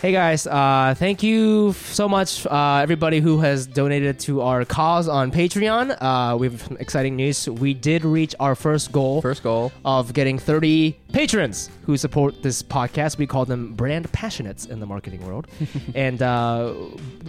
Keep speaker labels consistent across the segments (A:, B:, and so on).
A: Hey guys, uh, thank you f- so much, uh, everybody who has donated to our cause on Patreon. Uh, we have some exciting news. We did reach our first goal
B: First goal.
A: of getting 30 patrons who support this podcast. We call them brand passionates in the marketing world. and uh,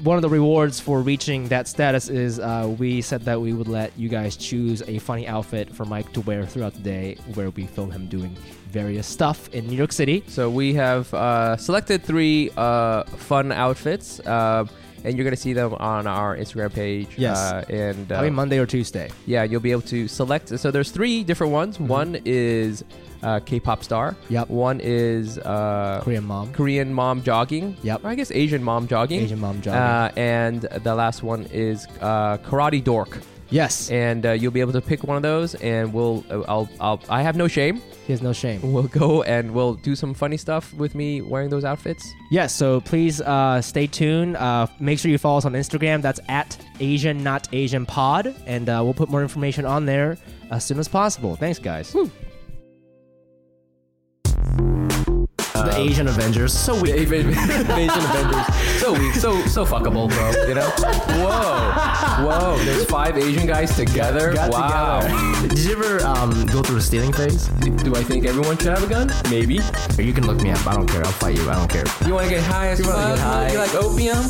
A: one of the rewards for reaching that status is uh, we said that we would let you guys choose a funny outfit for Mike to wear throughout the day where we film him doing various stuff in New York City.
B: So we have uh, selected three uh, fun outfits, uh, and you're gonna see them on our Instagram page.
A: Yes.
B: Uh, and
A: Probably
B: uh,
A: Monday or Tuesday.
B: yeah, you'll be able to select. So there's three different ones. One is uh, K-pop star.
A: Mm-hmm. Yep.
B: One is uh,
A: Korean mom.
B: Korean mom jogging.
A: Yep.
B: Or I guess Asian mom jogging.
A: Asian mom jogging.
B: Uh, and the last one is uh, karate dork.
A: Yes.
B: And uh, you'll be able to pick one of those, and we'll uh, I'll, I'll I have no shame.
A: He has no shame.
B: We'll go and we'll do some funny stuff with me wearing those outfits.
A: Yes, so please uh, stay tuned. Uh, make sure you follow us on Instagram. That's at Asian Not Asian Pod. And uh, we'll put more information on there as soon as possible. Thanks, guys. the Asian Avengers. So
B: weak. Asian Avengers. So weak. So so fuckable, bro. You know? Whoa. Whoa. There's five Asian guys together.
C: Did you ever um, go through a stealing phase?
B: Do I think everyone should have a gun? Maybe.
C: You can look me up. I don't care. I'll fight you. I don't care.
B: You want to get high as
C: wanna
B: fuck?
C: get high.
B: You like opium?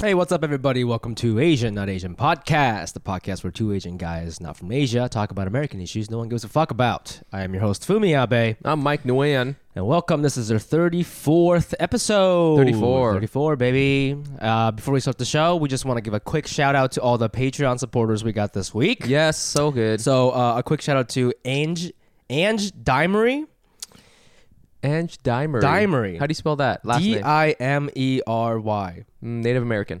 A: Hey, what's up, everybody? Welcome to Asian Not Asian Podcast, the podcast where two Asian guys not from Asia talk about American issues no one gives a fuck about. I am your host, Fumi Abe.
B: I'm Mike Nguyen.
A: And welcome. This is their 34th episode.
B: 34.
A: 34, baby. Uh, before we start the show, we just want to give a quick shout out to all the Patreon supporters we got this week.
B: Yes, so good.
A: So, uh, a quick shout out to Ange, Ange Dimery.
B: Ange Dimery.
A: Dimery.
B: How do you spell that? Last
A: D
B: name.
A: I M E R Y.
B: Mm, Native American.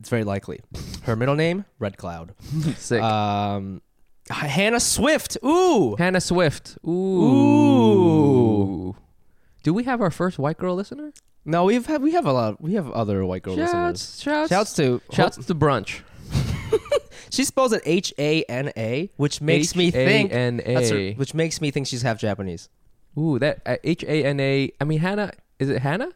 A: It's very likely. Her middle name, Red Cloud.
B: Sick.
A: Um, Hannah Swift. Ooh.
B: Hannah Swift. Ooh. Do we have our first white girl listener?
A: No, we've had, we have a lot. We have other white girl listeners.
B: shouts,
A: Shouts to
B: shouts to brunch.
A: She spells it H A N A, which makes me think
B: H-A-N-A.
A: that's her- which makes me think she's half Japanese.
B: Ooh, that uh, H A N A. I mean, Hannah. Is it Hannah?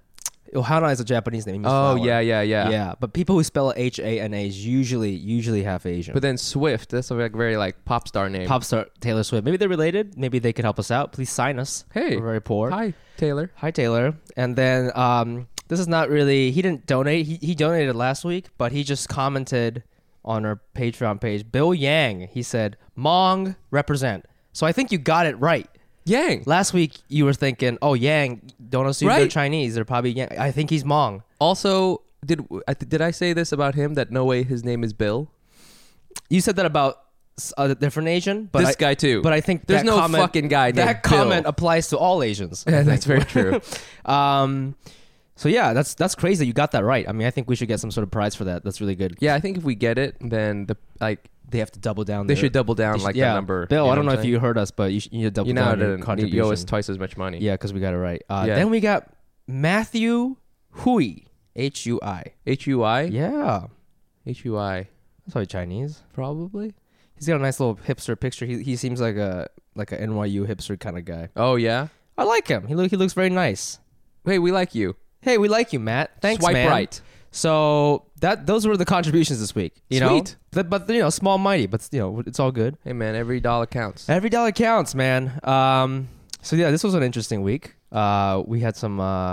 A: Ohana is a Japanese name. it means
B: Oh
A: flower.
B: yeah, yeah, yeah,
A: yeah. But people who spell H A N A is usually usually half Asian.
B: But then Swift. That's a like, very like pop star name.
A: pop star Taylor Swift. Maybe they're related. Maybe they could help us out. Please sign us.
B: Hey.
A: we're very poor.
B: Hi, Taylor.
A: Hi, Taylor. And then um, this is not really. He didn't donate. He he donated last week, but he just commented on our Patreon page. Bill Yang. He said, "Mong represent." So I think you got it right.
B: Yang.
A: Last week you were thinking, "Oh, Yang, don't assume they're
B: Right.
A: Um, Uh,
B: Oh,
A: Eh. Um, Uh,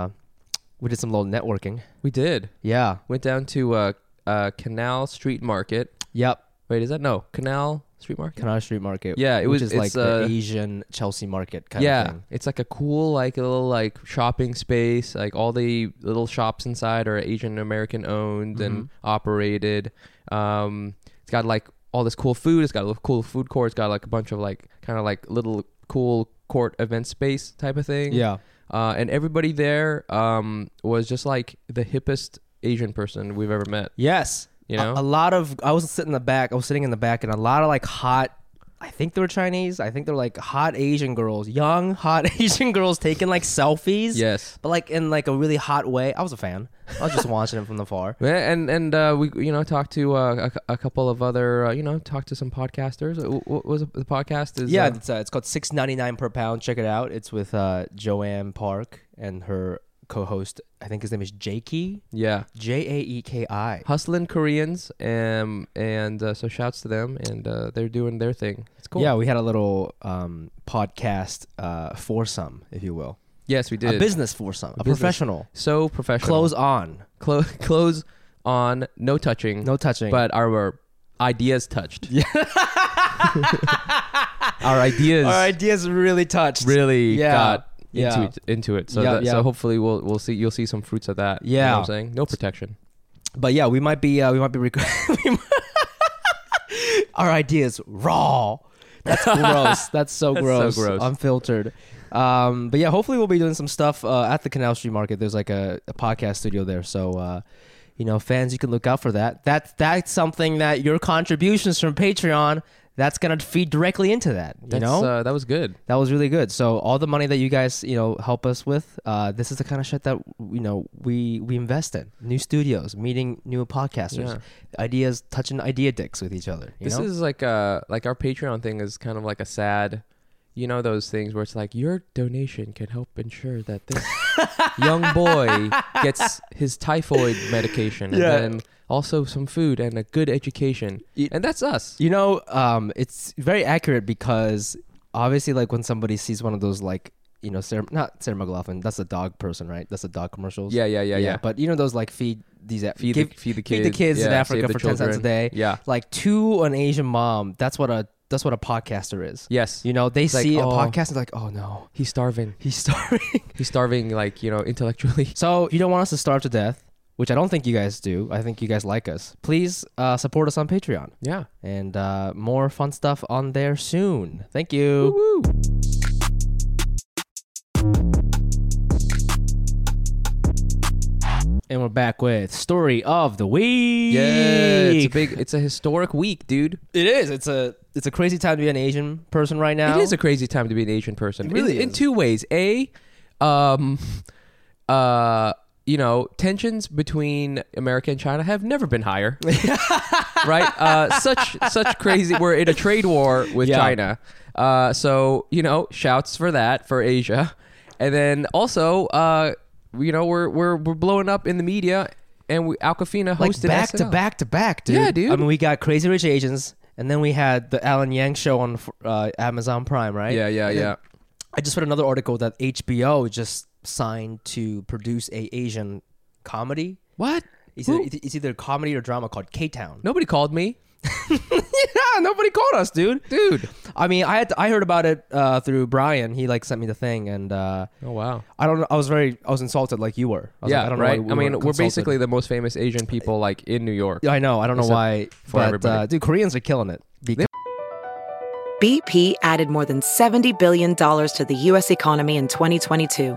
A: uh, co-host.
B: uh, Um, Uh, um, uh, Uh,
A: I think his name is Jakey.
B: Yeah.
A: J A E K I.
B: Hustling Koreans, um, and uh, so shouts to them, and uh, they're doing their thing. It's cool.
A: Yeah, we had a little um, podcast uh, foursome, if you will.
B: Yes, we
A: A
B: did.
A: business foursome, a
B: business.
A: professional.
B: so professional.
A: Close on,
B: Clo- close on. No touching.
A: no touching.
B: But our, our ideas touched. Yeah. our ideas
A: our ideas really touched.
B: really
A: Yeah.
B: got
A: Yeah.
B: into it, into it. So
A: Yeah,
B: that,
A: yeah.
B: so hopefully we'll we'll see you'll see some fruits of that. You know
A: Yeah.
B: what I'm saying no protection.
A: But yeah, we might be uh, we might be rec- we might- our ideas raw. That's gross. That's so
B: That's so
A: gross.
B: gross.
A: Unfiltered. Um, but yeah, hopefully we'll be doing some stuff uh, at the Canal Street Market. There's like a, a podcast studio there, so uh, you know, fans, you can look out for that. That that's something that your contributions from Patreon that's gonna feed directly into that. You
B: That's,
A: know,
B: uh, that was good.
A: that was really good. So all the money that you guys, you know, help us with, uh, this is the kind of shit that you know we we invest in. New studios, meeting new podcasters, ideas, touching idea dicks with each other. You
B: This
A: know?
B: is like a like our Patreon thing is kind of like a sad, you know those things where it's like your donation can help ensure that this young boy gets his typhoid medication
A: Yeah.
B: and then also some food and a good education.
A: It-
B: and that's us.
A: you know, um, it's very accurate because obviously, like when somebody sees one of those, like you know, Sarah, not Sarah McLaughlin, that's a dog person, right? That's the dog commercials.
B: Yeah, yeah, yeah, yeah.
A: But you know those like feed these
B: feed
A: give-
B: the feed the
A: feed
B: kids.
A: the kids in
B: yeah,
A: Africa
B: save the
A: for ten cents a
B: children.
A: day.
B: Yeah.
A: Like to an Asian mom, that's what a that's what a podcaster is.
B: Yes.
A: You know, they
B: like,
A: see
B: oh.
A: a podcast and like, oh no,
B: He's starving.
A: he's starving.
B: He's starving like, you know, intellectually.
A: so if you don't want us to starve to death, which I don't think you guys do. I think you guys like us. Please uh, support us on Patreon
B: Yeah.
A: and uh, more fun stuff on there soon. Thank you. And we're back with story of the week.
B: Yeah. It's a big it's a historic week, dude.
A: it is. It's a it's a crazy time to be an Asian person right now.
B: It is a crazy time to be an Asian person.
A: It really
B: in, in
A: is.
B: two ways. A, um, uh, you know, tensions between America and China have never been higher. right? Uh, such such crazy. We're in a trade war with
A: Yeah.
B: China. Uh, so you know, shouts for that for Asia, and then also, uh, you know, we're we're we're blowing up in the media, and we, Aquafina
A: like
B: hosted
A: back to
B: SNL.
A: back to back, dude.
B: Yeah, dude.
A: I mean, we got Crazy Rich Asians, and then we had the Alan Yang show on uh, Amazon Prime, right?
B: Yeah, yeah,
A: And then
B: yeah.
A: I just read another article that HBO just signed to produce a Asian comedy.
B: What?
A: It's
B: Who-
A: either, it's either a comedy or drama called K Town.
B: Nobody called me,
A: yeah, nobody called us, dude.
B: dude.
A: I mean, I had I heard about it uh, through Brian. He like sent me the thing, and uh,
B: Oh wow.
A: I don't know. I was very I was insulted, like you were. I was
B: yeah,
A: like, I don't
B: right.
A: Know why we
B: I mean,
A: weren't
B: we're
A: consulted.
B: basically the most famous Asian people like in New York.
A: I know. I don't know
B: Except
A: why.
B: for
A: But
B: everybody.
A: uh, dude, Koreans are killing it. Because
D: BP added more than $70 billion to the U.S. economy in 2022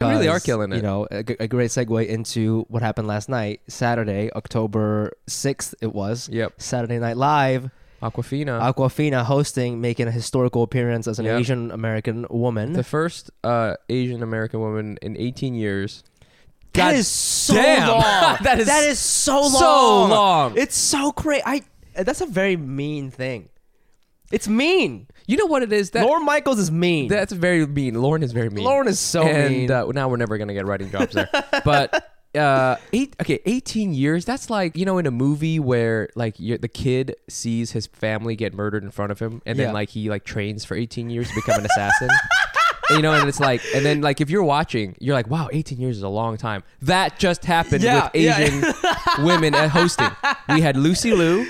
B: They really are killing
A: You
B: it.
A: know, a, g- a great segue into what happened last night, Saturday, October sixth. It was.
B: Yep. Uh-huh.
A: Saturday Night Live.
B: Aquafina,
A: Aquafina hosting, making a historical appearance as an
B: Yeah.
A: Asian American woman.
B: the first uh, Asian American woman in 18 years.
A: that
B: God
A: is so
B: damn.
A: long.
B: That is
A: that is so long.
B: so long.
A: It's so crazy. I. That's a very mean thing. It's mean.
B: You know what it is? That
A: Lauren Michaels is mean.
B: that's very mean. Lauren is very mean.
A: Lauren is so
B: and,
A: mean.
B: uh, now we're never gonna get writing jobs there. but uh, eight okay, 18 years. That's like you know in a movie where like you the kid sees his family get murdered in front of him, and
A: Yeah.
B: then like he like trains for 18 years to become an assassin. You know, and it's like, and then like if you're watching, you're like, wow, 18 years is a long time. That just happened
A: Yeah,
B: with
A: yeah.
B: Asian women at hosting. We had Lucy Liu,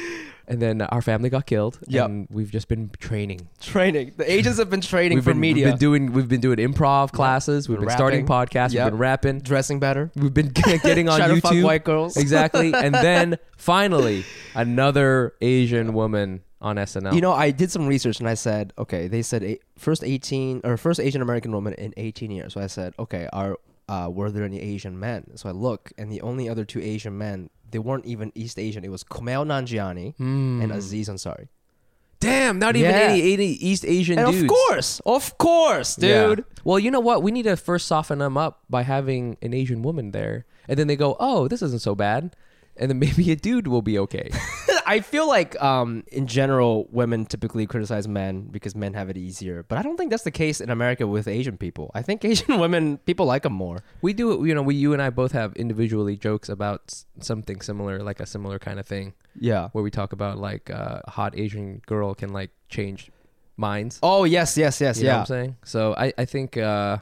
B: and then our family got killed.
A: Yep.
B: and we've just been training
A: training. The agents have been training
B: we've
A: for
B: been,
A: media.
B: We've been doing we've been doing improv classes. We've been starting
A: Rapping.
B: podcasts.
A: Yep.
B: We've been rapping.
A: dressing better.
B: We've been getting on
A: Trying to
B: YouTube.
A: fuck white girls.
B: exactly. And then finally, another Asian woman on SNL.
A: You know, I did some research and I said, okay, they said eight, first 18 or first Asian American woman in 18 years. So I said, okay, are uh, were there any Asian men? So I look, and the only other two Asian men they weren't even East Asian. It was Kumail Nanjiani and Aziz Ansari.
B: Damn, not even
A: Yeah.
B: any, any East Asian
A: And
B: dudes.
A: of course, of course, dude.
B: Yeah. Well, you know what? We need to first soften them up by having an Asian woman there, and then they go, "Oh, this isn't so bad," and then maybe a dude will be okay.
A: I feel like um, in general, women typically criticize men because men have it easier. But I don't think that's the case in America with Asian people. I think Asian women people like them more.
B: we do, you know, we you and I both have individually jokes about s- something similar, like a similar kind of thing,
A: Yeah.
B: where we talk about like uh, a hot Asian girl can like change minds.
A: Oh yes, yes, yes,
B: you know
A: yeah.
B: what I'm saying? So I, I think, uh,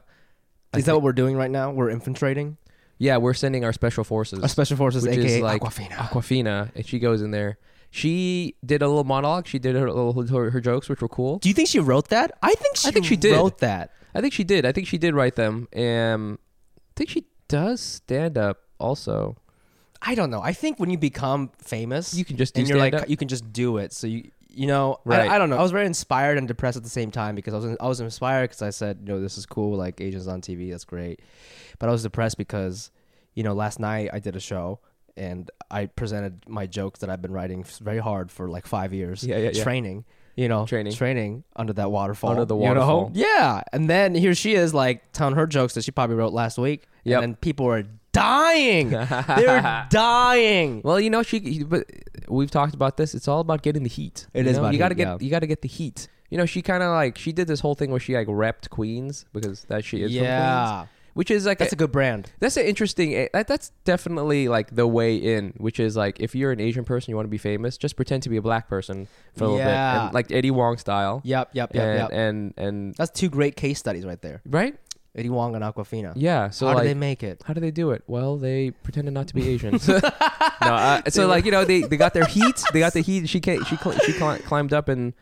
A: Is that what we're doing right now? We're infiltrating
B: yeah, we're sending our special forces.
A: our special forces,
B: which
A: aka
B: is like
A: Aquafina.
B: Aquafina, and she goes in there. She did a little monologue. She did her little her, her jokes, which were cool.
A: Do you think she wrote that? I think she,
B: think she did.
A: wrote that.
B: I think she did. I think she did write them. Um, I think she does stand up also.
A: I don't know. I think when you become famous,
B: You can just do
A: and you're like
B: stand-up.
A: you can just do it. So you you know
B: Right.
A: I, I don't know. I was very inspired and depressed at the same time because I was I was inspired because I said you know this is cool like Asians on TV that's great, but I was depressed because you know last night I did a show and I presented my jokes that I've been writing very hard for like five years
B: Yeah, yeah, yeah.
A: training. You know,
B: Training.
A: training under that waterfall.
B: Under the
A: you know?
B: waterfall.
A: yeah. And then here she is, like telling her jokes that she probably wrote last week. And
B: Yep.
A: then people are dying. They're dying.
B: Well, you know, she. But we've talked about this. It's all about getting the heat.
A: It
B: you
A: is
B: know?
A: about
B: you gotta
A: heat,
B: get
A: yeah.
B: you gotta get the heat. You know, she kind of like she did this whole thing where she like repped Queens because that she is from
A: Yeah.
B: Queens, which is like
A: That's a good brand.
B: That's an interesting. eh, That, that's definitely like the way in, which is like if you're an Asian person, you want to be famous, just pretend to be a black person for a little bit,
A: Yeah.
B: and, like Eddie Wong style.
A: Yep, yep, yep,
B: and,
A: yep.
B: And and
A: That's two great case studies right there.
B: right,
A: Eddie Wong and Aquafina.
B: yeah. So
A: How
B: like,
A: do they make it?
B: how do they do it? Well, they pretended not to be Asian. no, I, so like you know they, they got their heat. They got the heat. She ca- she cl- she cli- climbed up and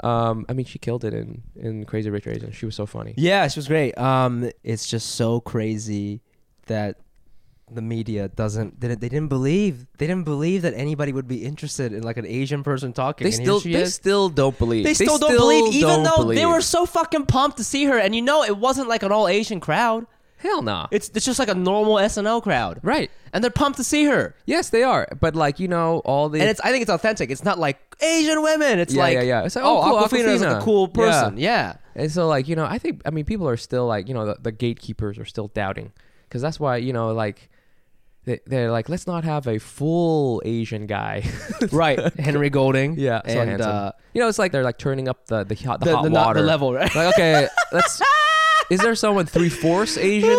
B: um I mean she killed it in in Crazy Rich Asian. She was so funny.
A: Yeah, she was great. Um, it's just so crazy that the media doesn't they, didn't- they didn't believe they didn't believe that anybody would be interested in like an Asian person talking.
B: They
A: and here
B: still
A: she
B: they
A: is.
B: still don't believe.
A: they still don't believe, even
B: don't
A: though they
B: believe.
A: were so fucking pumped to see her. And you know, it wasn't like an all Asian crowd.
B: hell nah.
A: It's it's just like a normal SNL crowd,
B: Right.
A: And they're pumped to see her.
B: Yes, they are. But like you know, all the
A: And it's I think it's authentic. It's not like Asian women. It's
B: Yeah,
A: like
B: yeah, yeah. It's like, oh, cool,
A: Aquafina's like
B: Awkwafina.
A: a cool
B: Yeah.
A: person. Yeah.
B: and so like you know, I think I mean people are still like you know the, the gatekeepers are still doubting because that's why you know like they, they're like let's not have a full Asian guy.
A: right. Henry Golding.
B: yeah, so
A: and
B: handsome.
A: uh,
B: you know it's like they're like turning up the the hot, the
A: the,
B: hot
A: the, not-
B: water
A: the level. Right?
B: Like okay, let's. Is there someone three fourths Asian?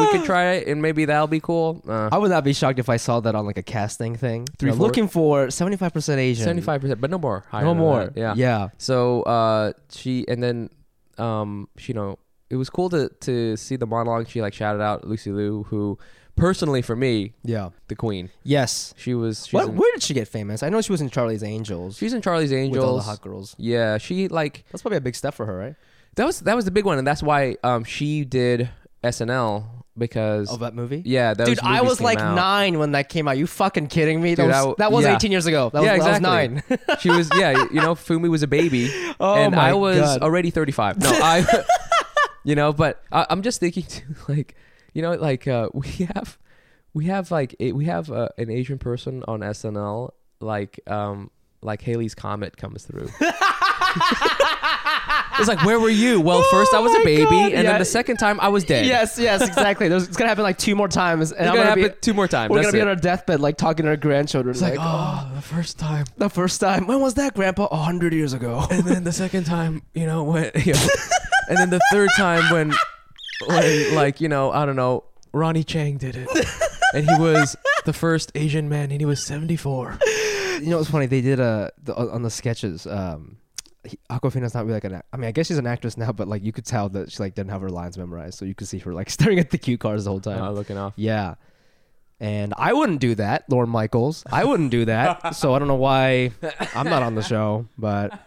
B: we could try it, and maybe that'll be cool. Uh,
A: I would not be shocked if I saw that on like a casting thing.
B: Three,
A: They're
B: four.
A: looking for seventy five percent Asian.
B: Seventy-five percent, but no more. higher
A: No
B: than
A: more.
B: that. Yeah,
A: Yeah.
B: So uh, she and then um, she, you know, it was cool to to see the monologue. She like shouted out Lucy Liu, who personally for me,
A: Yeah.
B: the queen.
A: Yes.
B: She was. She's
A: What,
B: In,
A: where did she get famous? I know she was in Charlie's Angels
B: She's in Charlie's
A: with all the
B: Angels.
A: hot girls.
B: yeah, she like
A: That's probably a big step for her, right?
B: that was that was the big one, and that's why um she did SNL because
A: Of that movie.
B: yeah, those
A: Dude, I
B: movies
A: was
B: came
A: like
B: out.
A: nine when that came out. You fucking kidding me? That
B: Dude,
A: was,
B: I w-
A: that was
B: yeah.
A: 18 years ago. That was,
B: yeah,
A: I was
B: exactly.
A: nine.
B: she was yeah, you know, Fumi was a baby,
A: Oh
B: and
A: my
B: I was
A: God.
B: already thirty five. No, I, you know, but I, I'm just thinking too, like, you know, like uh, we have, we have like a, we have uh, an Asian person on SNL, like um, like Haley's comet comes through. it's like where were you? Well, first I was
A: Oh my
B: a baby,
A: God,
B: and
A: yeah.
B: then the second time I was dead.
A: Yes, yes, exactly. There's, it's gonna happen like two more times, and
B: it's
A: I'm
B: gonna
A: gonna
B: happen
A: be,
B: two more times.
A: we're
B: That's
A: gonna be
B: it.
A: on our deathbed, like talking to our grandchildren,
B: It's
A: like,
B: like
A: oh,
B: oh, the first time.
A: the first time. When was that, Grandpa? A hundred years ago.
B: and then the second time, you know, when, you know, and then the third time when, when like you know, I don't know, Ronnie Chang did it, and he was the first Asian man, and he was seventy four.
A: you know what's funny? They did a the, uh, on on the sketches. Um, he- Aquafina's not really like an. act- I mean, I guess she's an actress now, but like you could tell that she like didn't have her lines memorized, so you could see her like staring at the cue cards the whole time.
B: looking off.
A: yeah, and I wouldn't do that, Lauren Michaels. I wouldn't do that. so I don't know why I'm not on the show, but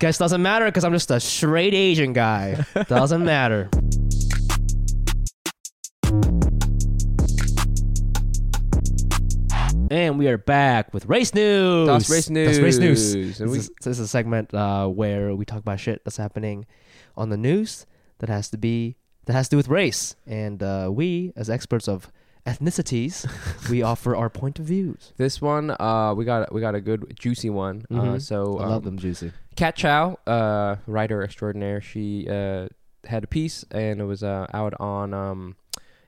A: guess doesn't matter because I'm just a straight Asian guy. Doesn't matter. And we are back with race news.
B: That's race
A: That's race news.
B: news.
A: This,
B: And we-
A: is, this is a segment uh, where we talk about shit that's happening on the news that has to be that has to do with race. And uh, we, as experts of ethnicities, we offer our point of views.
B: This one, uh, we got we got a good juicy one. Uh,
A: Mhm.
B: so
A: I
B: um,
A: love them juicy.
B: Kat Chow, uh, writer extraordinaire, she uh, had a piece and it was uh, out on um,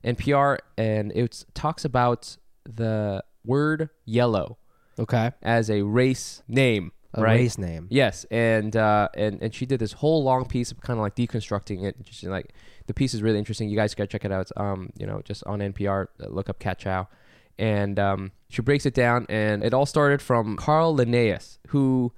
B: NPR, and it talks about the word yellow
A: Okay.
B: as a race name,
A: A
B: right?
A: race name.
B: Yes, and uh, and and she did this whole long piece of kind of like deconstructing it. She's like, the piece is really interesting. You guys gotta check it out. It's um, you know, just on NPR. uh, Look up Cat Chow, and um, she breaks it down. And it all started from Carl Linnaeus, who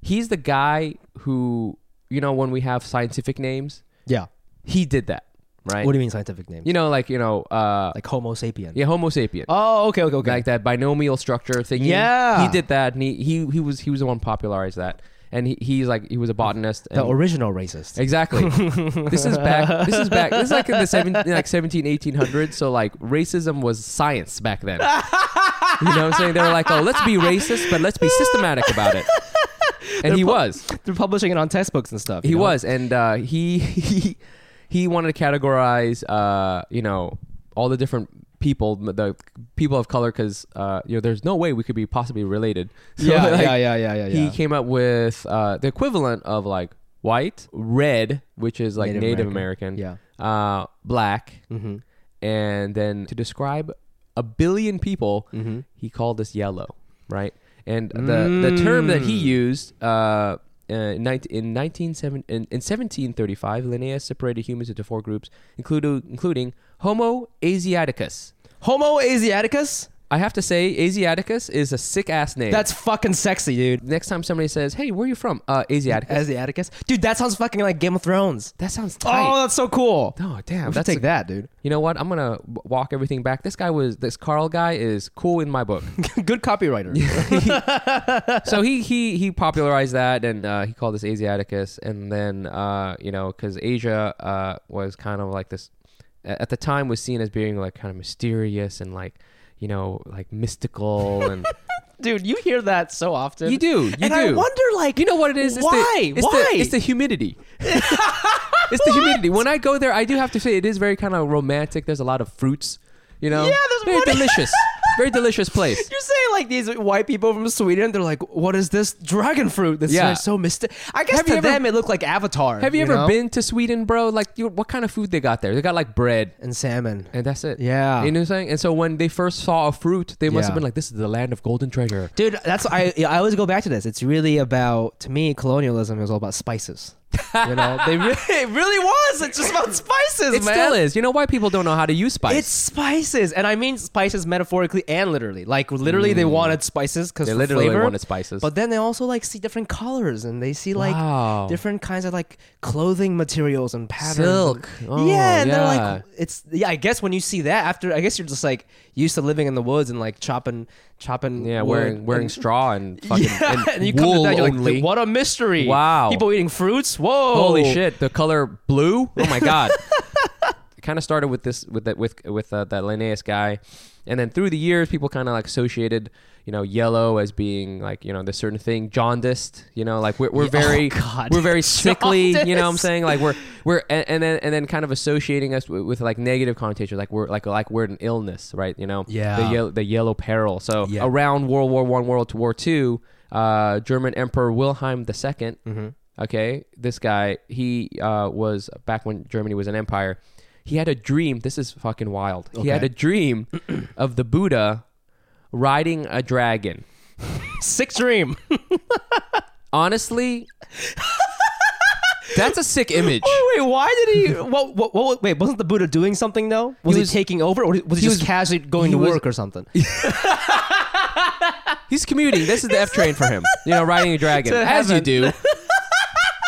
B: he's the guy who you know when we have scientific names,
A: Yeah.
B: he did that, right?
A: What do you mean scientific name?
B: you know, like you know, uh,
A: like Homo sapien.
B: yeah, Homo sapien
A: Oh, okay, okay, okay.
B: like that binomial structure thing.
A: Yeah.
B: he did that, and he he, he was he was the one who popularized that, and he, he's like he was a botanist.
A: the
B: and-
A: original racist.
B: exactly. this is back. This is back. This is like in the 17, like 17, 1800s. So like racism was science back then. you know what I'm saying? They were like, oh, let's be racist, but let's be systematic about it. And he was.
A: They're publishing it on textbooks and stuff. you
B: He
A: know?
B: was, and uh, he he he wanted to categorize, uh, you know, all the different people, the people of color, because uh, you know, there's no way we could be possibly related. So,
A: Yeah,
B: like,
A: yeah, yeah, yeah, yeah,
B: He
A: yeah.
B: came up with uh, the equivalent of like white, red, which is like
A: Native
B: Native,
A: American.
B: American, uh, black, and then Mm-hmm. to describe a billion people, he called this yellow, right? And the, the term that he used uh, uh, in, 19, in, 19, seven- in, in 1735, Linnaeus separated humans into four groups, including, including Homo asiaticus.
A: Homo asiaticus?
B: I have to say, asiaticus is a sick ass name.
A: That's fucking sexy, dude.
B: next time somebody says, "Hey, where are you from?" Uh, asiaticus.
A: Asiaticus? Dude, that sounds fucking like Game of Thrones.
B: that sounds tight.
A: Oh, that's so cool.
B: Oh, damn,
A: We should
B: that's
A: take
B: a-
A: that, dude.
B: You know what? I'm gonna w- walk everything back. This guy was this Carl guy is cool in my book.
A: Good copywriter.
B: so he he he popularized that, and uh, he called this Asiaticus, and then uh, you know because Asia uh, was kind of like this a- at the time was seen as being like kind of mysterious and like you know like mystical and
A: Dude, you hear that so often.
B: you do you
A: and
B: do
A: I wonder, like,
B: you know what it is It's the-
A: Why?
B: it's
A: why?
B: the, it's the humidity. it's the humidity. When I go there, I do have to say it is very kind of romantic. There's a lot of fruits, you know.
A: Yeah, there's
B: very
A: one-
B: delicious, very delicious place.
A: You're saying like these white people from Sweden, they're like, "What is this dragon fruit?" That's
B: Yeah.
A: yeah. so mystic. I guess
B: Have
A: to
B: you ever-
A: them it looked like Avatar.
B: Have you, ever
A: know?
B: been to Sweden, bro? Like, you, what kind of food they got there? They got like bread,
A: and salmon?
B: and that's it.
A: Yeah.
B: you know what I'm saying. And so when they first saw a fruit, they must
A: Yeah.
B: have been like, "This is the land of golden treasure."
A: Dude, that's I. I always go back to this. It's really about to me colonialism is all about spices. You know, they really, it really was. It's just about spices,
B: It
A: man.
B: still is. You know why people don't know how to use spice?
A: It's spices, and I mean spices metaphorically and literally. Like literally, they wanted spices because
B: Mm. They literally
A: flavor,
B: wanted spices.
A: But then they also like see different colors, and they see like
B: Wow.
A: different kinds of like clothing materials and patterns. and-
B: Silk. Oh,
A: yeah, and they're
B: yeah.
A: like, it's yeah. I guess when you see that after, I guess you're just like used to living in the woods and like chopping, chopping.
B: yeah,
A: wood
B: wearing wearing
A: and-
B: straw and fucking
A: yeah,
B: and
A: and you come to
B: wool
A: that, you're
B: only.
A: like, what a mystery!
B: Wow.
A: people eating fruits. Whoa,
B: Holy shit! The color blue. Oh my god. it kind of started with this with that with with uh, that Linnaeus guy, and then through the years, people kind of like associated you know yellow as being like you know this certain thing jaundiced. You know, like we're, we're very
A: Oh, God.
B: we're very sickly. You know what I'm
A: Jaundiced.
B: saying? Like we're we're and, and then and then kind of associating us with, with like negative connotations. Like we're like like we're an illness, right? You know?
A: Yeah.
B: The yellow the yellow peril. So
A: Yeah.
B: around World War One, World War Two, uh, German Emperor Wilhelm II.
A: Mm-hmm.
B: Okay, this guy, he uh, was back when Germany was an empire. He had a dream. This is fucking wild. He had
A: Okay.
B: a dream of the Buddha riding a dragon.
A: sick dream.
B: Honestly, that's a sick image.
A: Wait, why did he? What, what, what, wait, wasn't the Buddha doing something though? Was he,
B: was-
A: taking over, or was he, just
B: was-
A: casually going
B: he
A: to
B: was-
A: work or something?
B: He's commuting. This is the F train for him. You know, riding a dragon
A: To
B: as you
A: heaven.
B: do.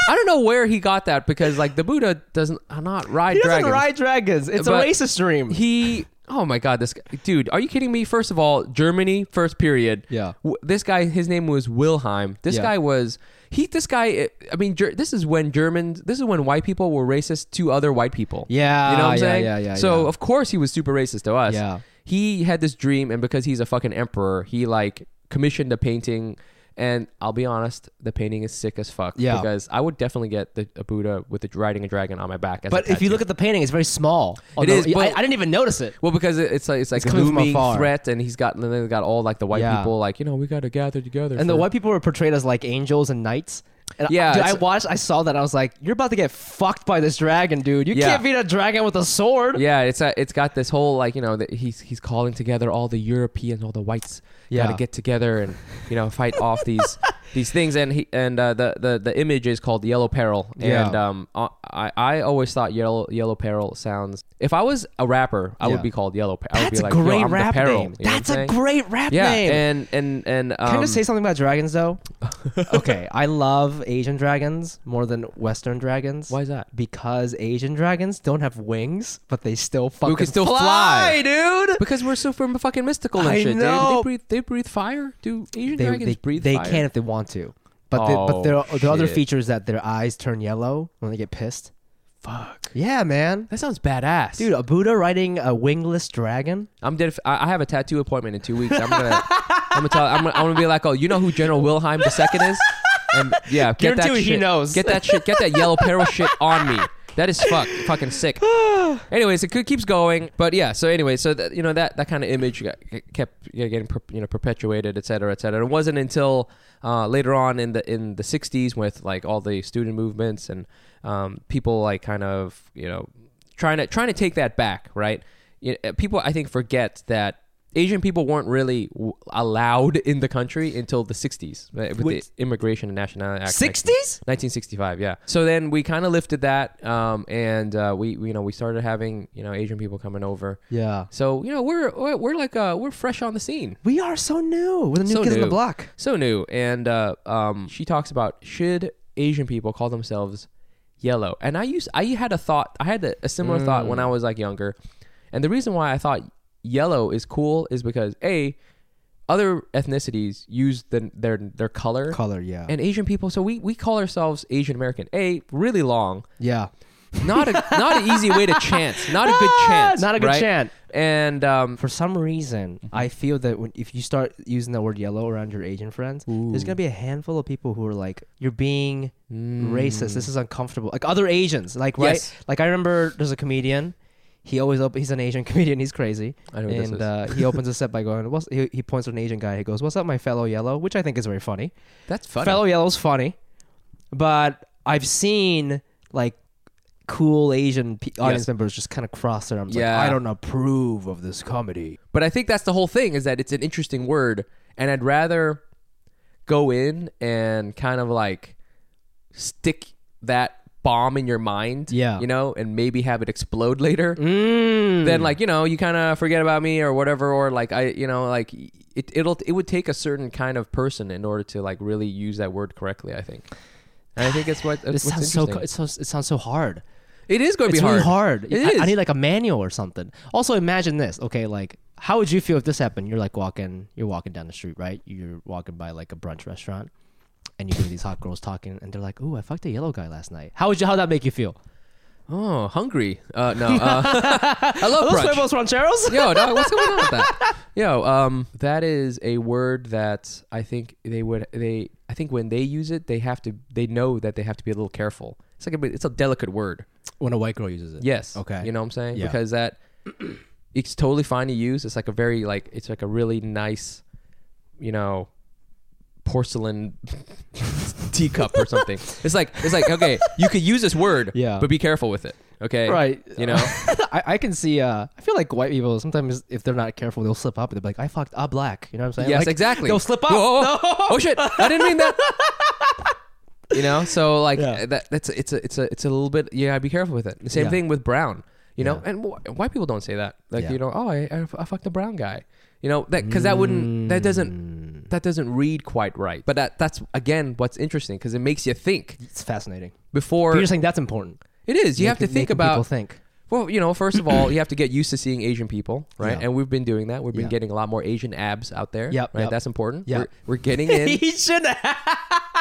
B: I don't know where he got that because like the Buddha doesn't uh, not ride
A: He doesn't
B: dragons.
A: ride dragons. It's
B: But
A: a racist dream.
B: He. Oh my God, this guy, dude! Are you kidding me? First of all, Germany, first period.
A: Yeah.
B: W- this guy, his name was Wilhelm. This
A: Yeah.
B: guy was he. This guy. uh, I mean, Ger- this is when Germans. This is when white people were racist to other white people.
A: Yeah,
B: you know what I'm
A: yeah,
B: saying.
A: yeah, yeah,
B: So
A: yeah.
B: of course he was super racist to us.
A: Yeah.
B: He had this dream, and because he's a fucking emperor, he like commissioned a painting And I'll be honest, the painting is sick as fuck.
A: Yeah.
B: Because I would definitely get the a Buddha with the riding a dragon on my back. As a
A: But if you
B: tattoo.
A: look at the painting, it's very small. Although,
B: is,
A: I,
B: but-
A: I didn't even notice it.
B: Well, because it- it's like it's like a
A: coming from
B: looming
A: afar.
B: threat, and he's got and then they got all like the white
A: Yeah.
B: people like you know we got to gather together.
A: And the
B: for-
A: white people were portrayed as like angels and knights. And I-
B: Yeah,
A: dude, I
B: it's-
A: watched. I saw that. I was like, "You're about to get fucked by this dragon, dude. You
B: Yeah.
A: can't beat a dragon with a sword."
B: Yeah, it's a, it's got this whole like you know that he's he's calling together all the Europeans, all the whites,
A: Yeah.
B: gotta get together and you know fight off these these things. And he and uh, the the the image is called Yellow Peril.
A: Yeah.
B: And um, I I always thought Yellow Yellow Peril sounds. If I was a rapper, I
A: Yeah.
B: would be called Yellow. Per- I would be
A: That's a
B: like, "Yo,
A: great
B: I'm the
A: rap
B: Peril,"
A: name.
B: you know what I'm
A: That's a
B: saying?
A: great rap
B: Yeah,
A: name.
B: and and and um,
A: Can I just say something about dragons, though? okay, I love Asian dragons more than Western dragons.
B: Why is that?
A: Because Asian dragons don't have wings, but they still fucking
B: still
A: fly,
B: fly.
A: dude.
B: Because we're so fucking fucking mystical and
A: I
B: shit. dude. They,
A: know.
B: breathe, they breathe fire. Do Asian
A: They,
B: dragons
A: they,
B: breathe
A: they
B: fire?
A: can if they want to. But, the, but
B: Oh,
A: there are, there are other
B: shit.
A: features that their eyes turn yellow when they get pissed.
B: Fuck.
A: Yeah, man.
B: That sounds badass,
A: Dude, a Buddha riding a wingless dragon?
B: I'm dead. If, I I have a tattoo appointment in two weeks. I'm gonna, I'm gonna tell. I'm gonna, I'm gonna be like, oh, you know who General Wilhelm II is? And yeah, get that
A: Guarantee
B: shit.
A: he knows.
B: Get that shit. Get that yellow peril shit on me. That is fuck, fucking sick. anyways, it could- keeps going, but yeah. So anyway, so that, you know that that kind of image got, kept you know, getting per, you know perpetuated, et cetera, et cetera. It wasn't until uh, later on in the in the '60s with like all the student movements and um, people like kind of you know trying to trying to take that back, right? You know, people, I think, forget that. Asian people weren't really w- allowed in the country until the 60s right, with
A: Which-
B: the Immigration and Nationality Act.
A: 60s?
B: 1965 yeah so then we kind of lifted that um, and uh, we, we you know we started having you know asian people coming over
A: Yeah.
B: so you know we're we're, we're like uh, we're fresh on the scene
A: We are so new. We're the new
B: So
A: kids on the
B: new.
A: block.
B: so new and uh, um, she talks about should asian people call themselves yellow and i used i had a thought i had a, a similar thought when i was like younger and the reason why i thought yellow is cool is because a other ethnicities use the, their their color
A: Color, yeah.
B: and Asian people. So we, we call ourselves Asian American. A really long,
A: yeah.
B: not a not an easy way to chance, not a good chance,
A: Not a good
B: right?
A: chant.
B: And um,
A: For some reason,
B: Mm-hmm.
A: I feel that when, if you start using the word yellow around your Asian friends, there's gonna be a handful of people who are like, "You're being racist. This is uncomfortable." Like other Asians, like right,
B: Mm. Yes.
A: like I remember there's a comedian. He always op- he's an Asian comedian. He's crazy,
B: I know who
A: and
B: this is.
A: Uh, he opens a set by going, "What's?" He, he points to an Asian guy. He goes, "What's up, my fellow yellow?" Which I think is very funny.
B: that's funny.
A: Fellow yellow's funny, but I've seen like cool Asian pe audience
B: Yes.
A: members just kind of cross their arms.
B: Yeah.
A: like, I don't approve of this comedy.
B: But I think that's the whole thing is that it's an interesting word, and I'd rather go in and kind of like stick that bomb in your mind,
A: Yeah.
B: you know, and maybe have it explode later.
A: Mm.
B: Then like you know you kind of forget about me or whatever, or like I you know like it it'll it would take a certain kind of person in order to like really use that word correctly. I think. And I think it's what
A: It
B: it's
A: sounds so. co- It sounds. It sounds so hard.
B: it is going to
A: It's
B: be
A: really
B: hard.
A: hard.
B: It
A: I-
B: is.
A: I, need like a manual or something. Also, imagine this. Okay, like how would you feel if this happened? You're like walking. You're walking down the street, right? You're walking by like a brunch restaurant, and you hear these hot girls talking, and they're like, "Ooh, I fucked a yellow guy last night." How would you? How would that make you feel?
B: oh, hungry. Uh, no, uh, I love brunch.
A: rancheros.
B: Yo, dog, what's going on with that? Yo, um, that is a word that I think they would they I think when they use it, they have to they know that they have to be a little careful. It's like a, bit- it's a delicate word.
A: When a white girl uses it.
B: Yes.
A: Okay.
B: You know what I'm saying?
A: Yeah.
B: Because that it's totally fine to use. It's like a very like it's like a really nice, you know, porcelain teacup or something. It's like it's like okay, you could use this word,
A: Yeah.
B: but be careful with it. Okay.
A: Right.
B: You know.
A: I, I can see. Uh, I feel like white people sometimes, if they're not careful, they'll slip up. and They'll be like, "I fucked a black." You know what I'm saying?
B: Yes,
A: Like,
B: exactly.
A: They'll slip up.
B: Whoa, whoa, whoa. Oh shit! I didn't mean that. you know, so like
A: Yeah.
B: that, that's it's a it's a it's a little bit. Yeah, be careful with it. The same
A: Yeah.
B: thing with brown. You know, and wh- white people don't say that. Like
A: Yeah.
B: you know, oh, I, I, I fucked a brown guy. You know that because that wouldn't that doesn't
A: Mm.
B: that doesn't read quite right. But that that's again what's interesting because it makes you think
A: It's fascinating.
B: before
A: But you're saying that's important.
B: it is. You have to
A: Making-
B: think
A: making People
B: about
A: think.
B: well, you know, first of all, you have to get used to seeing Asian people, right?
A: Yeah.
B: And we've been doing that. We've been
A: Yeah.
B: getting a lot more Asian abs out there.
A: Yep,
B: right.
A: yep.
B: That's important.
A: Yeah.
B: we're, we're getting in.
A: should have.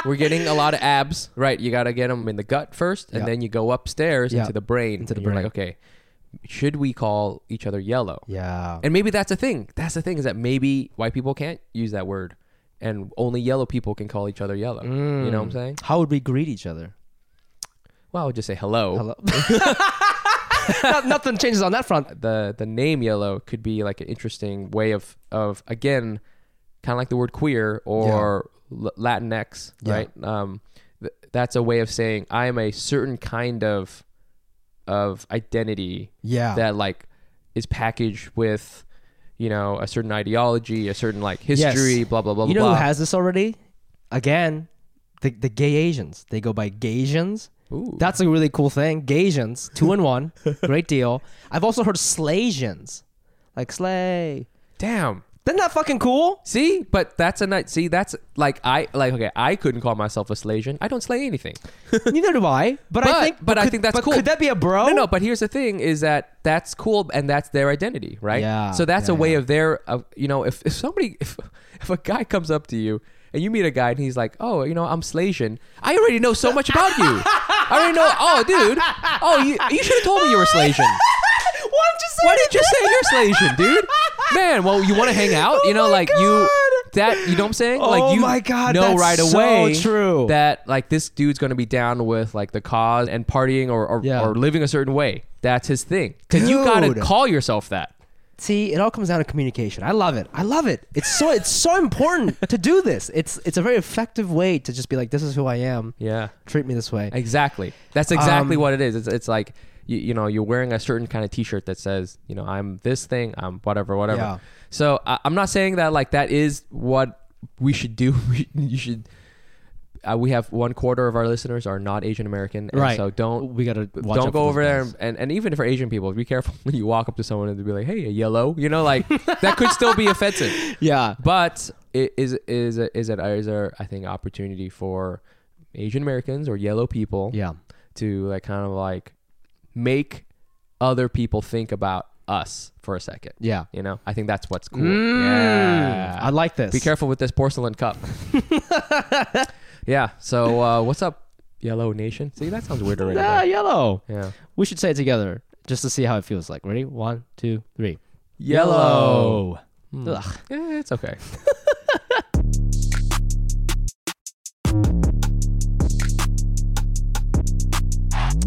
B: we're getting a lot of abs, right? You got to get them in the gut first, and
A: Yeah.
B: then you go upstairs
A: Yeah.
B: into the brain.
A: Into the
B: and you're
A: brain.
B: Like, okay, should we call each other yellow?
A: Yeah.
B: And maybe that's a thing. That's the thing is that maybe white people can't use that word and only yellow people can call each other yellow. You know
A: Mm.
B: what I'm saying?
A: How would we greet each other?
B: Well, I would just say hello.
A: Hello. Not- nothing changes on that front.
B: The the name yellow could be like an interesting way of of again, kind of like the word queer or L- Latinx, right? Um, th- that's a way of saying I am a certain kind of of identity
A: Yeah.
B: that like is packaged with you know a certain ideology, a certain like history, blah blah blah.
A: You know
B: blah.
A: who has this already? Again, the, the gay Asians. They go by Gaysians.
B: Ooh.
A: That's a really cool thing. Gaysians, two in one, great deal. I've also heard Slasians, like Slay.
B: damn.
A: Isn't that fucking cool?
B: See, but that's a night. See, that's like I like. Okay, I couldn't call myself a Slasian. I don't slay anything.
A: Neither do I. But, I
B: But-
A: think,
B: but I
A: could-
B: think that's
A: but
B: cool.
A: Could that be a bro?
B: No, no. But here's the thing: is that that's cool, and that's their identity, right?
A: Yeah,
B: So that's
A: yeah,
B: a way
A: yeah.
B: of their, of, you know, if if somebody, if if a guy comes up to you and you meet a guy and he's like, oh, you know, I'm Slasian. I already know so much about you. I already know. Oh, dude. Oh, you you should have told me you were Slasian.
A: Why did you say
B: Why didn't you say you're Slasian, dude? Man, well, you want to hang out, you know,
A: Oh my
B: like
A: God.
B: you that you know what I'm saying?
A: Oh
B: like you
A: my God,
B: know
A: that's
B: right
A: so
B: away
A: true.
B: that like this dude's gonna be down with like the cause and partying or or,
A: Yeah.
B: or living a certain way. That's his thing. Because you gotta
A: Dude.
B: call yourself that.
A: See, it all comes down to communication. I love it. I love it. It's so it's so important to do this. It's it's a very effective way to just be like, this is who I am.
B: Yeah.
A: Treat me this way.
B: Exactly. That's exactly
A: Um,
B: what it is. It's, it's like you, you know you're wearing a certain kind of T-shirt that says you know I'm this thing. I'm whatever, whatever.
A: Yeah.
B: So I, I'm not saying that like that is what we should do. We, you should. Uh, we have one quarter of our listeners are not Asian American, and
A: Right.
B: So don't
A: We gotta watch out
B: don't
A: for
B: go
A: those
B: over there
A: guys.
B: and, and and even for Asian people, be careful when you walk up to someone and they be like, "Hey, a yellow," you know, like that could still be offensive
A: Yeah.
B: but it is is a, is it is there I think opportunity for Asian Americans or yellow people
A: Yeah.
B: to like kind of like make other people think about us for a second.
A: Yeah.
B: You know, I think that's what's cool.
A: Mm, I
B: Yeah.
A: like this.
B: Be careful with this porcelain cup. yeah. So uh, what's up, Yellow Nation? See, that sounds weird already.
A: Ah,
B: but-
A: yellow.
B: Yeah.
A: We should say it together just to see how it feels like. Ready? One, two, three. Yellow.
B: Hmm.
A: Ugh.
B: Yeah, it's okay.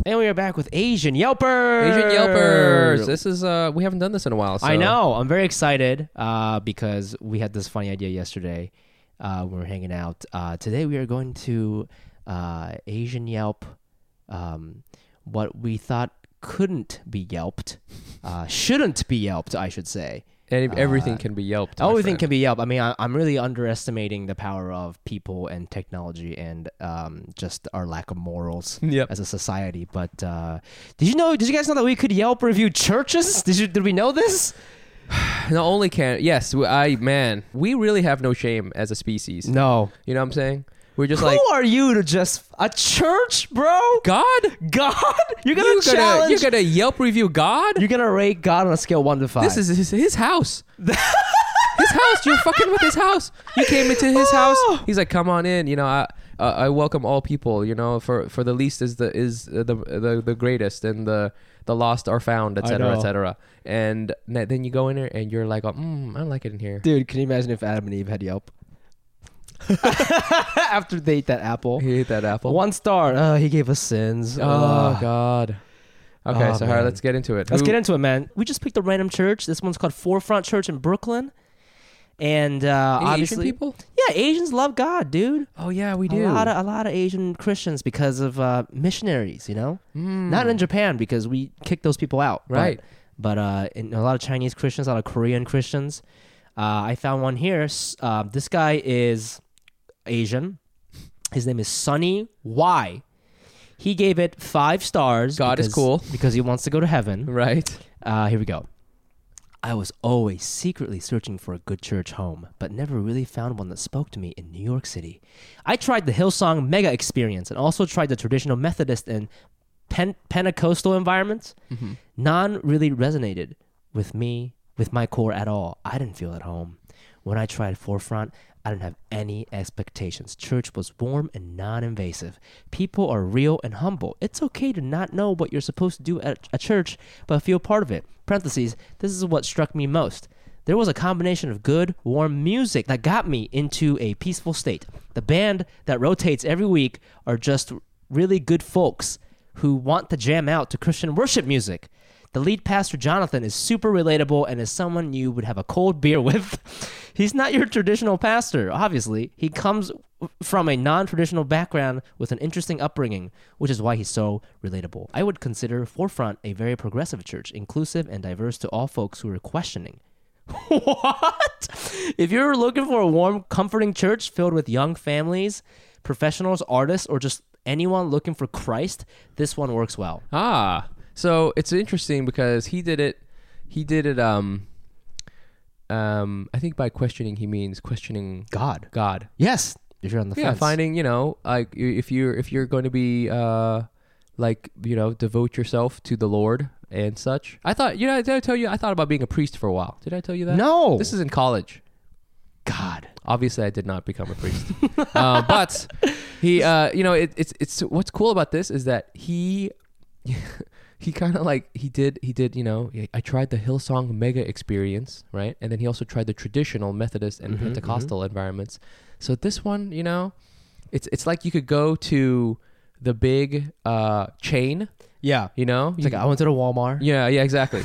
A: And we are back with Asian Yelpers.
B: Asian Yelpers. This is uh, we haven't done this in a while. So.
A: I know. I'm very excited uh, because we had this funny idea yesterday. Uh, we were hanging out. Uh, today we are going to uh, Asian Yelp. Um, what we thought couldn't be Yelped, uh, shouldn't be Yelped, I should say.
B: And
A: Uh,
B: everything can be yelped. my
A: Everything
B: friend.
A: can be Yelp. I mean, I, I'm really underestimating the power of people and technology and um, just our lack of morals
B: Yep.
A: as a society. But uh, did you know? Did you guys know that we could Yelp review churches? Did you? Did we know this?
B: Not only can yes, we- I man, we really have no shame as a species.
A: No.
B: You know what I'm saying? We're just
A: Who
B: like
A: are you to just a church, bro?
B: God.
A: God, you're gonna
B: you're gonna,
A: challenge.
B: you're gonna Yelp review God.
A: you're gonna rate God on a scale of one to five.
B: this is his, his house. his house. You're fucking with his house. You came into his
A: Oh.
B: house. He's like, come on in. You know, I uh, I welcome all people. You know, for for the least is the is the the, the greatest, and the the lost are found, etc.
A: know.
B: etc. And na- then you go in there, and you're like, oh, mm, I don't like it in here.
A: dude. Can you imagine if Adam and Eve had Yelp after they ate that apple?
B: He ate that apple.
A: One star. Uh, he gave us sins. Uh,
B: Oh God. Okay,
A: Oh,
B: so all right,
A: man.
B: let's get into it.
A: Let's
B: Who-
A: get into it, man. We just picked a random church. This one's called Forefront Church in Brooklyn, and uh,
B: Any Asian
A: obviously,
B: people?
A: Yeah, Asians love God, dude.
B: Oh yeah, we
A: A
B: do.
A: lot of a lot of Asian Christians because of uh, missionaries, you know. Not in Japan because we kicked those people out, but-
B: Hmm. Right.
A: But, uh, in a lot of Chinese Christians, a lot of Korean Christians. Uh, I found one here. S- Uh, this guy is Asian. His name is Sunny Y. He gave it five stars.
B: God is
A: because-
B: cool.
A: because he wants to go to heaven.
B: right.
A: Uh, here we go. I was always secretly searching for a good church home, but never really found one that spoke to me in New York City. I tried the Hillsong Mega Experience and also tried the traditional Methodist and Pen- Pentecostal environments. None really resonated with me, with my core at all. I didn't feel at home. When I tried Forefront, I didn't have any expectations. Church was warm and non invasive. People are real and humble. It's okay to not know what you're supposed to do at a church, but feel part of it. Parentheses, this is what struck me most. there was a combination of good, warm music that got me into a peaceful state. The band that rotates every week are just really good folks who want to jam out to Christian worship music. The lead pastor, Jonathan, is super relatable and is someone you would have a cold beer with. He's not your traditional pastor, obviously. He comes from a non traditional background with an interesting upbringing, which is why he's so relatable. I would consider Forefront a very progressive church, inclusive and diverse to all folks who are questioning. what? If you're looking for a warm, comforting church filled with young families, professionals, artists, or just anyone looking for Christ, this one works well.
B: Ah, so it's interesting because he did it. He did it. Um, um, I think by questioning he means questioning
A: God.
B: God.
A: Yes, if you're on the
B: Yeah,
A: fence.
B: finding you know like i- if you're if you're going to be uh like you know devote yourself to the Lord and such. I thought you know did I tell you I thought about being a priest for a while. Did I tell you that?
A: No.
B: This is in college.
A: God.
B: Obviously, I did not become a priest, uh, but he, uh, you know, it, it's it's what's cool about this is that he, he kind of like he did he did you know I tried the Hillsong Mega experience right, and then he also tried the traditional Methodist and
A: Mm-hmm,
B: Pentecostal environments. So this one, you know, it's it's like you could go to the big uh, chain,
A: Yeah.
B: you know,
A: It's
B: You
A: like I went to the Walmart.
B: yeah, yeah, exactly.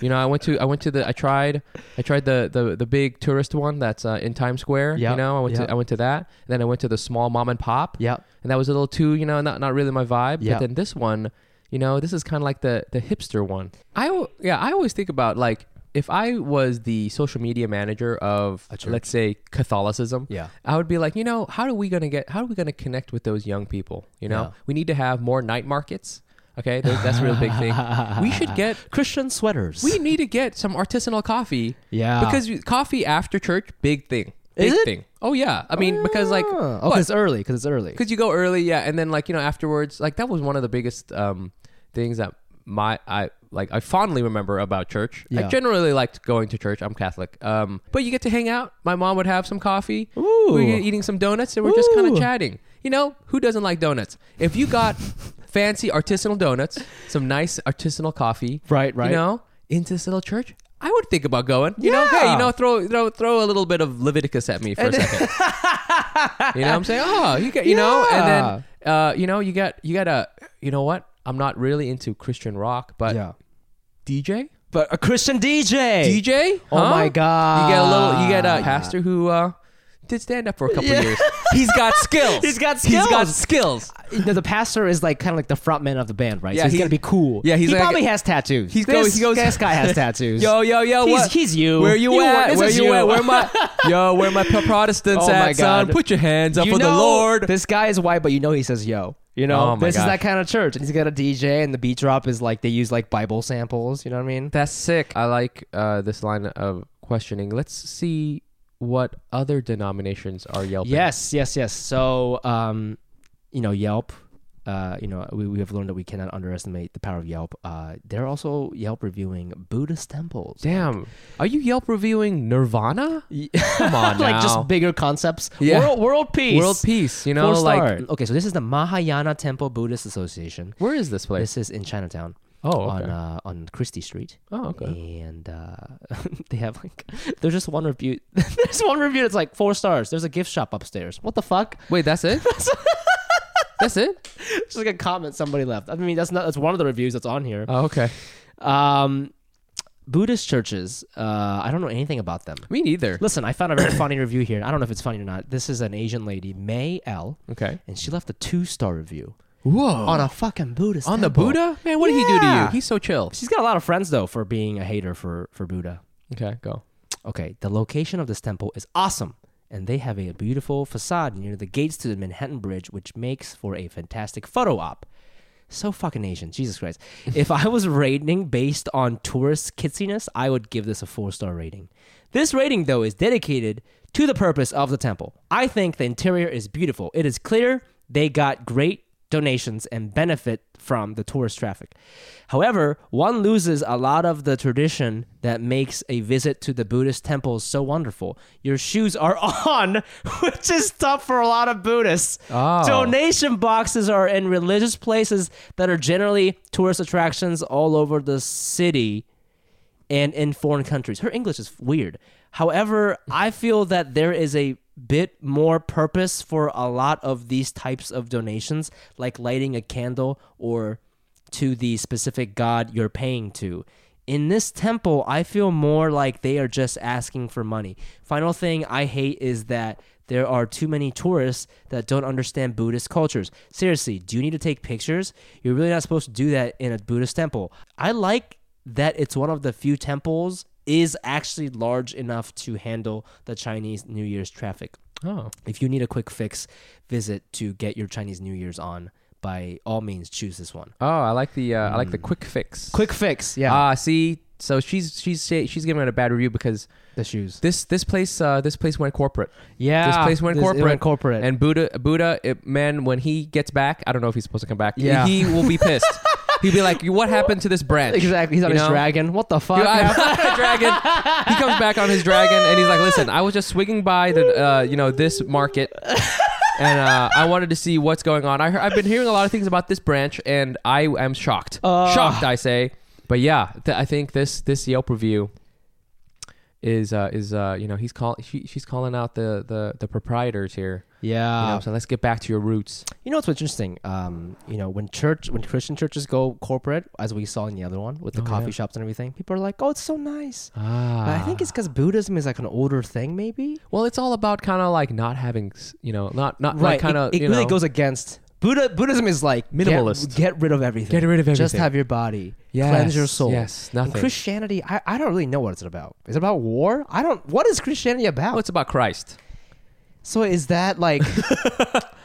B: you know, I went to I went to the I tried I tried the the, the big tourist one that's uh, in Times Square.
A: Yeah,
B: You know, I went
A: yeah.
B: to I went to that. And then I went to the small mom and pop.
A: Yeah.
B: And that was a little too, you know, not not really my vibe.
A: Yeah.
B: But then this one, you know, this is kind of like the the hipster one. I al- yeah, I always think about like if I was the social media manager of
A: church.
B: let's say Catholicism,
A: Yeah.
B: I would be like, you know, how are we gonna get? How are we gonna connect with those young people? You know,
A: Yeah.
B: we need to have more night markets. Okay, Th- that's a real big thing. We should get.
A: Christian sweaters.
B: We need to get some artisanal coffee.
A: Yeah.
B: because you- coffee after church, big thing. Big
A: Is it?
B: thing. Oh yeah. I mean, because like,
A: oh, because it's early. Because it's early.
B: because you go early, yeah, and then like you know afterwards, like that was one of the biggest um, things that my I like I fondly remember about church.
A: Yeah.
B: I generally liked going to church. I'm Catholic, um, but you get to hang out. My mom would have some coffee.
A: Ooh.
B: We were eating some donuts, and we're just kind
A: Ooh.
B: of chatting. You know, who doesn't like donuts? If you got fancy artisanal donuts, some nice artisanal coffee,
A: Right, right.
B: You know, into this little church. I would think about going. You know, hey,
A: Yeah.
B: you know, throw you know, throw a little bit of Leviticus at me for a second. You know what I'm saying? Oh, you got you know, and then uh, you know, you got you got a you know what? I'm not really into Christian rock, but
A: yeah.
B: DJ?
A: But a Christian DJ.
B: DJ?
A: Oh my God.
B: You get a little you get a pastor who uh did stand up for a couple years. He's got skills.
A: He's got
B: He's got
A: skills.
B: skills.
A: You know, the pastor is like kind of like the front man of the band, right?
B: Yeah,
A: so he's
B: he-
A: gonna be cool.
B: yeah, he's
A: he
B: like-
A: probably has tattoos.
B: He's
A: this,
B: go- he goes-
A: This guy has tattoos.
B: Yo, yo, yo,
A: He's-
B: what?
A: he's you.
B: Where you,
A: You are-
B: at?
A: this
B: Where
A: is
B: you,
A: you.
B: at? Where my Yo, where my p- Protestants
A: Oh
B: at,
A: my
B: son?
A: God.
B: Put your hands up
A: you
B: for
A: know,
B: the Lord.
A: This guy is white, but you know he says yo. You know,
B: Oh my
A: this is
B: gosh.
A: that kind of church, and he's got a DJ, and the beat drop is like they use like Bible samples. You know what I mean?
B: That's sick. I like uh, this line of questioning. Let's see what other denominations are yelping.
A: Yes, yes, yes. So, um, you know, Yelp. Uh, you know, we, we have learned that we cannot underestimate the power of Yelp. Uh, they're also Yelp reviewing Buddhist temples.
B: Damn. Are you Yelp reviewing Nirvana? Come on
A: like
B: now.
A: just bigger concepts.
B: Yeah.
A: World, world peace.
B: World peace. You know,
A: Four
B: like
A: star. okay, so this is the Mahayana Temple Buddhist Association.
B: where is this place?
A: This is in Chinatown.
B: Oh,
A: on
B: okay.
A: uh, on Christie Street.
B: Oh, okay.
A: And uh, they have like there's just one review. there's one review that's like four stars. There's a gift shop upstairs. What the fuck?
B: Wait, that's it. that's it.
A: It's just like a comment somebody left. I mean, that's not that's one of the reviews that's on here.
B: Oh, okay.
A: Um, Buddhist churches. Uh, I don't know anything about them.
B: Me neither.
A: Listen, I found a very funny review here. I don't know if it's funny or not. This is an Asian lady, May L.
B: Okay.
A: and she left a two star review
B: Whoa.
A: on
B: On,
A: a fucking Buddhist.
B: the
A: temple.
B: Buddha? Man, what did he do to you?
A: Yeah.
B: He's so chill.
A: She's got a lot of friends though for being a hater for for Buddha.
B: Okay, go.
A: Okay, the location of this temple is awesome, and they have a beautiful facade near the gates to the Manhattan Bridge, which makes for a fantastic photo op. So fucking Asian, Jesus Christ. if I was rating based on tourist kitsiness, I would give this a four star rating. This rating, though, is dedicated to the purpose of the temple. I think the interior is beautiful. It is clear they got great donations and benefit from the tourist traffic. However, one loses a lot of the tradition that makes a visit to the Buddhist temples so wonderful. Your shoes are on, which is tough for a lot of Buddhists.
B: Oh.
A: Donation boxes are in religious places that are generally tourist attractions all over the city and in foreign countries. Her English is weird. However, I feel that there is a bit more purpose for a lot of these types of donations, like lighting a candle or to the specific god you're paying to. In this temple, I feel more like they are just asking for money. Final thing I hate is that there are too many tourists that don't understand Buddhist cultures. Seriously, do you need to take pictures? You're really not supposed to do that in a Buddhist temple. I like that it's one of the few temples is actually large enough to handle the Chinese New Year's traffic.
B: Oh.
A: If you need a quick fix visit to get your Chinese New Year's on, by all means choose this one.
B: Oh, I like the uh, I like the quick fix.
A: Hmm. Quick fix, yeah.
B: Ah, see, so she's she's she's giving it a bad review because
A: the shoes.
B: this this place uh, this place went corporate.
A: Yeah,
B: this place went
A: Ah, this- it
B: corporate.
A: went corporate.
B: And Buddha Buddha it, man, when he gets back, I don't know if he's supposed to come back.
A: Yeah.
B: he will be pissed. He'll be like, "What happened to this branch?"
A: Exactly. He's on
B: You
A: his
B: know?
A: dragon. What the fuck?
B: Dude, I have a dragon. He comes back on his dragon and he's like, "Listen, I was just swinging by the uh, you know this market, and uh, I wanted to see what's going on. I heard, I've been hearing a lot of things about this branch, and I am shocked.
A: Uh.
B: shocked, I say. But yeah, th- I think this this Yelp review is uh, is uh, you know he's call she, she's calling out the the the proprietors here. You
A: yeah.
B: know, so let's get back to your roots.
A: You know what's interesting? Um, you know, when church, when Christian churches go corporate, as we saw in the other one with
B: Oh,
A: the coffee shops and everything, people are like, "Oh, it's so nice." But
B: Ah.
A: I think it's because Buddhism is like an older thing, maybe.
B: Well, it's all about kind of like not having s- you know not not
A: Right.
B: kind of
A: it, it
B: you
A: really
B: know,
A: goes against Buddha. Buddhism is like get-
B: Minimalist.
A: Get, rid of everything.
B: Get rid of
A: Just
B: everything.
A: have your body.
B: Yes,
A: Cleanse your soul.
B: yes,
A: And
B: nothing.
A: Christianity, I, I don't really know what it's about. Is it about war? I don't. What is Christianity about?
B: Oh, it's about Christ.
A: So is that like?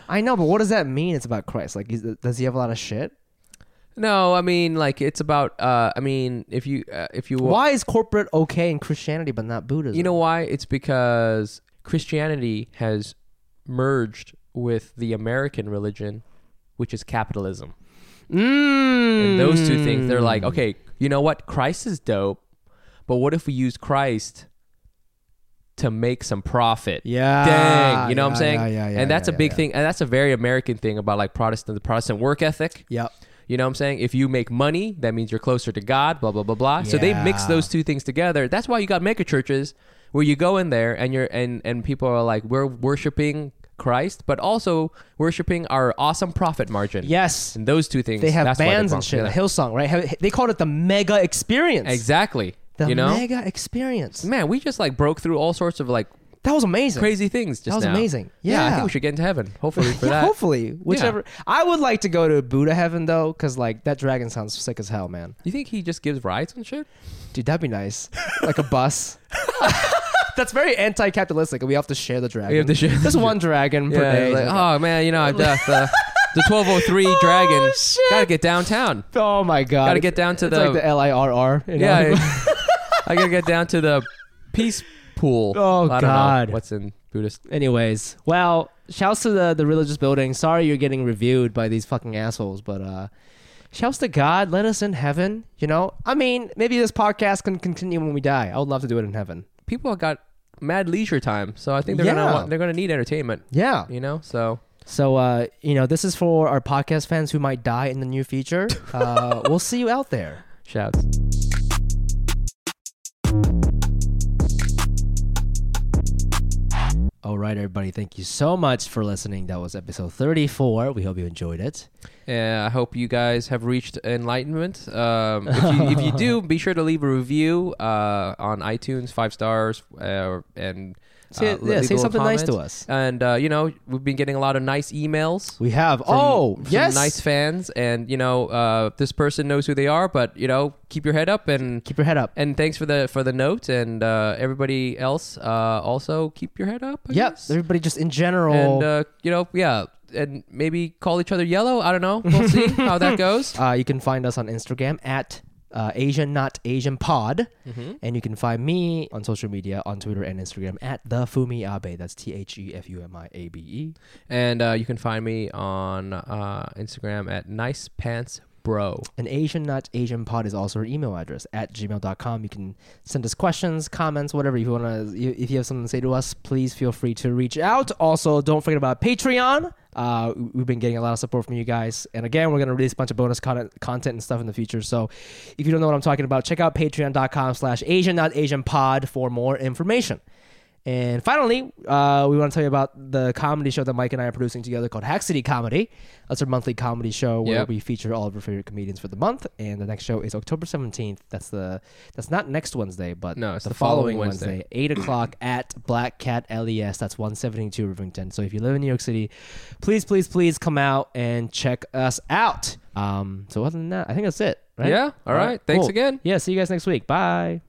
A: I know, but what does that mean? It's about Christ. Like, is, does he have a lot of shit?
B: No, I mean like it's about. Uh, I mean if you uh, if you
A: Why is corporate okay in Christianity but not Buddhism?
B: you know why it's because Christianity has merged with the American religion, which is capitalism.
A: mm.
B: And those two things, they're
A: Hmm.
B: like okay, you know what? Christ is dope, but what if we use Christ? To make some profit,
A: Yeah.
B: dang, you know what I'm
A: Yeah,
B: saying,
A: yeah, yeah, yeah,
B: and that's
A: yeah,
B: a big
A: yeah.
B: thing, and that's a very American thing about like Protestant, the Protestant work ethic.
A: Yep.
B: You know what I'm saying? If you make money, that means you're closer to God, blah, blah, blah, blah. So they mix
A: Yeah.
B: those two things together. That's why you got mega churches where you go in there and you're and, and people are like, We're worshiping Christ, but also worshiping our awesome profit margin.
A: Yes.
B: And those two things
A: They have
B: that's why
A: bands
B: they
A: and
B: bump
A: shit.
B: together.
A: Hillsong, right? Have- They called it the Mega Experience.
B: Exactly.
A: The
B: you know?
A: Mega Experience.
B: Man, we just like broke through all sorts of like
A: That was amazing.
B: crazy things just
A: That was
B: now.
A: amazing.
B: I
A: Yeah.
B: think we should get into heaven. Hopefully for
A: Yeah,
B: that.
A: Hopefully, whichever. I would like to go to Buddha heaven though, because like that dragon sounds sick as hell, man.
B: You think he just gives rides and shit?
A: Dude, that'd be nice. Like a bus. That's very anti-capitalistic. We have to share the dragon.
B: We have to share the
A: There's one dragon per day.
B: like, oh man, you know, I've got the, the 1203 dragon. Gotta get downtown.
A: Oh my god!
B: Gotta get down to
A: It's
B: the-
A: like the L I R R.
B: Yeah, I, I gotta get down to the peace pool.
A: Oh,
B: I don't
A: God.
B: know what's in Buddhist?
A: Anyways, well, shouts to the the religious building. Sorry you're getting reviewed by these fucking assholes, but uh, shouts to God. Let us in heaven. You know, I mean, maybe this podcast can continue when we die. I would love to do it in heaven.
B: People have got mad leisure time, so I think they're
A: Yeah.
B: gonna want, they're gonna need entertainment.
A: Yeah.
B: You know, so
A: So uh, you know, this is for our podcast fans who might die in the near future. Uh, we'll see you out there.
B: shouts.
A: All right, everybody. Thank you so much for listening. That was episode 34. We hope you enjoyed it.
B: Yeah, I hope you guys have reached enlightenment. Um, if, you, if you do, be sure to leave a review uh, on iTunes, five stars, uh, and
A: Say-
B: uh,
A: yeah,
B: leave
A: say
B: a little
A: something nice to
B: comment.
A: us.
B: And uh, you know, we've been getting a lot of nice emails.
A: We have.
B: from-
A: oh,
B: from
A: yes.
B: nice fans, and you know, uh, this person knows who they are. But you know, keep your head up and
A: Keep your head up.
B: and thanks for the for the note, and uh, everybody else uh, also keep your head up. I
A: Yep.
B: guess.
A: Everybody, just in general.
B: and uh, you know, yeah, and maybe call each other yellow. I don't know. We'll see how that goes.
A: Uh, you can find us on Instagram at uh, Asian Not Asian Pod, and you can find me on social media on Twitter and Instagram at the Fumi Abe. That's T H E F U M I A B E.
B: And uh, you can find me on uh, Instagram at nice pants bro.
A: An Asian Not Asian Pod is also our email address at gmail.com. You can send us questions, comments, whatever. If you want to, if you have something to say to us, please feel free to reach out. Also, don't forget about Patreon. Uh, we've been getting a lot of support from you guys. And again, we're going to release a bunch of bonus content, content and stuff in the future. So if you don't know what I'm talking about, check out patreon.com slash Asian Not Asian Pod for more information. And finally, uh, we want to tell you about the comedy show that Mike and I are producing together called Hack City Comedy. That's our monthly comedy show where
B: Yep.
A: we feature all of our favorite comedians for the month. And the next show is October seventeenth. That's the that's not next Wednesday, but
B: No, it's the following Wednesday.
A: eight o'clock at Black Cat LES. That's one seventy two Rivington. So if you live in New York City, please, please, please come out and check us out. Um, so other than that, I think that's it. Right?
B: Yeah. All right. Thanks again.
A: Yeah. See you guys next week. Bye.